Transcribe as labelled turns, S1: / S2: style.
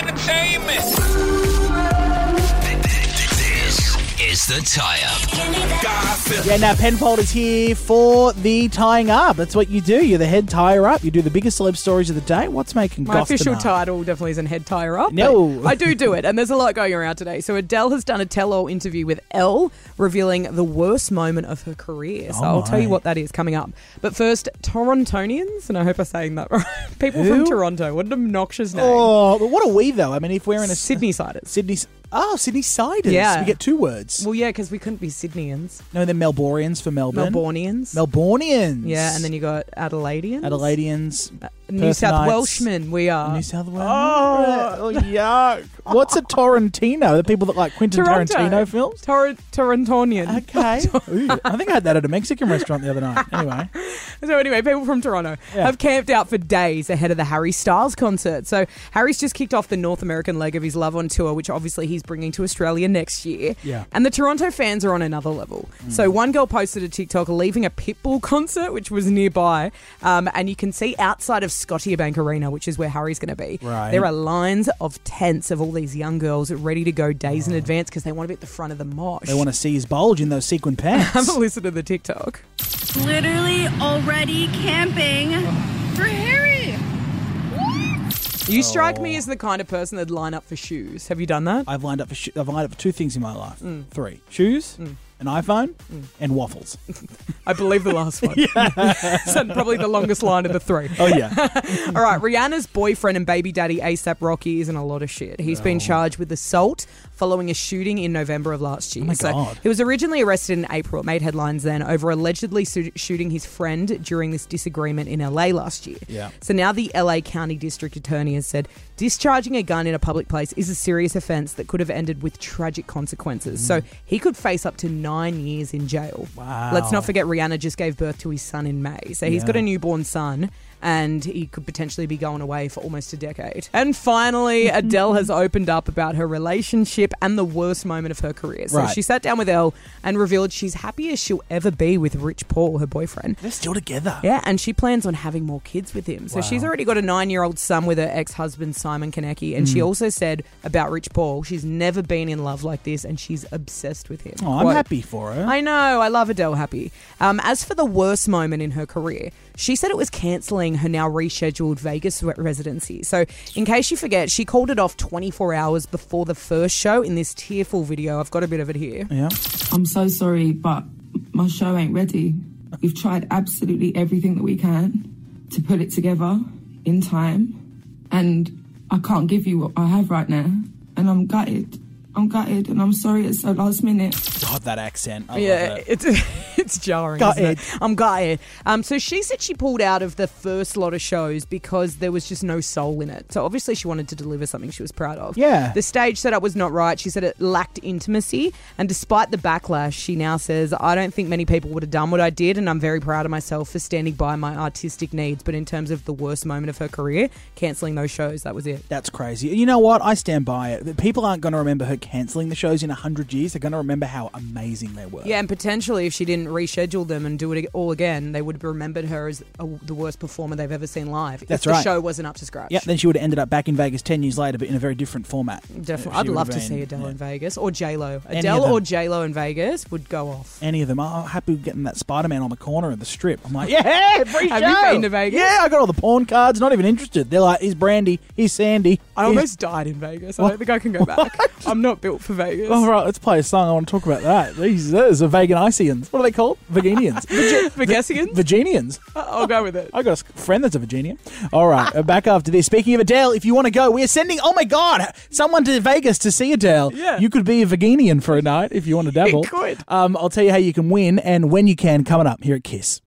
S1: entertainment.
S2: This is the tie up.
S1: Garfield.
S3: Yeah, now Penfold is here for the tying up. That's what you do. You're the head tire up. You do the biggest celeb stories of the day. What's making
S4: My
S3: Gotham
S4: official
S3: up?
S4: title definitely isn't head tire up. but
S3: No.
S4: I do do it, and there's a lot going around today. So Adele has done a tell-all interview with Elle, revealing the worst moment of her career. So
S3: Oh
S4: I'll tell you
S3: my.
S4: what that is coming up. But first, Torontonians, and I hope I'm saying that right. People
S3: Who?
S4: from Toronto. What an obnoxious name.
S3: Oh, but what are we though? I mean, if we're in a
S4: Sydney siders.
S3: Sydney, oh Sydney siders.
S4: Yeah.
S3: we get two words.
S4: Well, yeah, because we couldn't be Sydneyans,
S3: no, they're Melbourians for Melbourne.
S4: Melbourneians.
S3: Melbournians.
S4: yeah, and then you Uh, got Adelaideans.
S3: Adelaideans,
S4: New
S3: Perthenites.
S4: South Welshmen, we are.
S3: New South Wales. Oh, yuck! What's a Torrentino? The people that like Quentin
S4: Toronto.
S3: Tarantino films.
S4: Tor- Torontonian.
S3: Okay. Ooh, I think I had that at a Mexican restaurant the other night. Anyway,
S4: So anyway, people from Toronto
S3: Yeah.
S4: have camped out for days ahead of the Harry Styles concert. So Harry's just kicked off the North American leg of his Love on Tour, which obviously he's bringing to Australia next year.
S3: Yeah. Mm.
S4: And the Toronto fans are on another level. So one girl posted a TikTok leaving a Pitbull concert, which was nearby, um, and you can see outside of Scotiabank Arena, which is where Harry's going to be.
S3: Right.
S4: There are lines of tents of all these young girls ready to go days in advance because they want to be at the front of the mosh.
S3: they want to see his bulge in those sequin pants.
S4: Have a listen to the TikTok.
S5: literally already camping for Harry.
S4: You strike me as the kind of person that'd line up for shoes. Have you done that?
S3: I've lined up for sh- I've lined up for two things in my life.
S4: Mm.
S3: Three shoes, an iPhone, and waffles.
S4: I believe the last one. so probably the longest line of the three.
S3: Oh yeah,
S4: All right, Rihanna's boyfriend and baby daddy ASAP Rocky is in a lot of shit. He's
S3: Oh.
S4: been charged with assault following a shooting in November of last year.
S3: Oh my
S4: so
S3: God.
S4: he was originally arrested in April. It made headlines then over allegedly su- shooting his friend during this disagreement in LA last year.
S3: Yeah.
S4: So now the LA County District Attorney has said discharging a gun in a public place is a serious offense that could have ended with tragic consequences.
S3: Mm.
S4: So he could face up to 9 years in jail.
S3: Wow.
S4: Let's not forget Rihanna just gave birth to his son in May. So he's
S3: Yeah.
S4: got a newborn son and he could potentially be going away for almost a decade. And finally, Adele has opened up about her relationship and the worst moment of her career. So
S3: Right.
S4: she sat down with Elle and revealed she's happy as she'll ever be with Rich Paul, her boyfriend.
S3: they're still together.
S4: Yeah, and she plans on having more kids with him. So she's already got a nine year old son with her ex husband, Simon Konecki. And
S3: Mm.
S4: she also said about Rich Paul, she's never been in love like this and she's obsessed with him.
S3: Oh, I'm
S4: Quote,
S3: happy for her.
S4: I know. I love Adele Happy. Um, as for the worst moment in her career, she said it was cancelling her now rescheduled Vegas re- residency. So, in case you forget, she called it off 24 hours before the first show in this tearful video. I've got a bit of it here.
S3: yeah.
S6: I'm so sorry, but my show ain't ready. We've tried absolutely everything that we can to put it together in time, and I can't give you what I have right now. And I'm gutted. I'm gutted, and I'm sorry it's so last minute.
S3: God, that accent. I
S4: yeah,
S3: love it.
S4: it's it's jarring.
S3: Got
S4: isn't it?
S3: it.
S4: I'm got it. Um, so she said she pulled out of the first lot of shows because there was just no soul in it. So obviously she wanted to deliver something she was proud of.
S3: Yeah.
S4: The stage setup was not right. She said it lacked intimacy, and despite the backlash, she now says, "I don't think many people would have done what I did, and I'm very proud of myself for standing by my artistic needs." But in terms of the worst moment of her career, canceling those shows, that was it.
S3: That's crazy. You know what? I stand by it. People aren't going to remember her cancelling the shows in 100 years. They're going to remember how amazing they were.
S4: Yeah, and potentially if she didn't reschedule them and do it all again, they would have remembered her as a, the worst performer they've ever seen live.
S3: That's
S4: if
S3: right.
S4: The show wasn't up to scratch.
S3: Yeah, then she would have ended up back in Vegas 10 years later, but in a very different format.
S4: Definitely,
S3: She
S4: I'd
S3: would
S4: love
S3: have
S4: to
S3: been-
S4: see Adele
S3: yeah.
S4: in Vegas or J Lo.
S3: of
S4: Adele or
S3: them.
S4: J Lo in Vegas would go off.
S3: Any of them. I'm happy with getting that Spider Man on the corner of the strip. I'm like, yeah, free
S4: Have
S3: show.
S4: you been to Vegas?
S3: Yeah, I got all the porn cards. Not even interested. They're like, here's Brandy, here's Sandy.
S4: I
S3: here's-
S4: almost died in Vegas. I
S3: What?
S4: don't think I can go back.
S3: What?
S4: I'm not built for Vegas.
S3: All right, let's play a song. I want to talk about that. These those are Veganicians. What are they called? Veganians.
S4: Vegasicans?
S3: Virginians.
S4: I'll go with it.
S3: I got a s- friend that's a Virginian. All right, uh, back after this. Speaking of Adele, if you want to go, we're sending, oh my God, someone to Vegas to see Adele.
S4: Yeah.
S3: You could be a Veganian for a night if you want to dabble.
S4: could.
S3: Um, I'll tell you how you can win and when you can coming up here at KISS.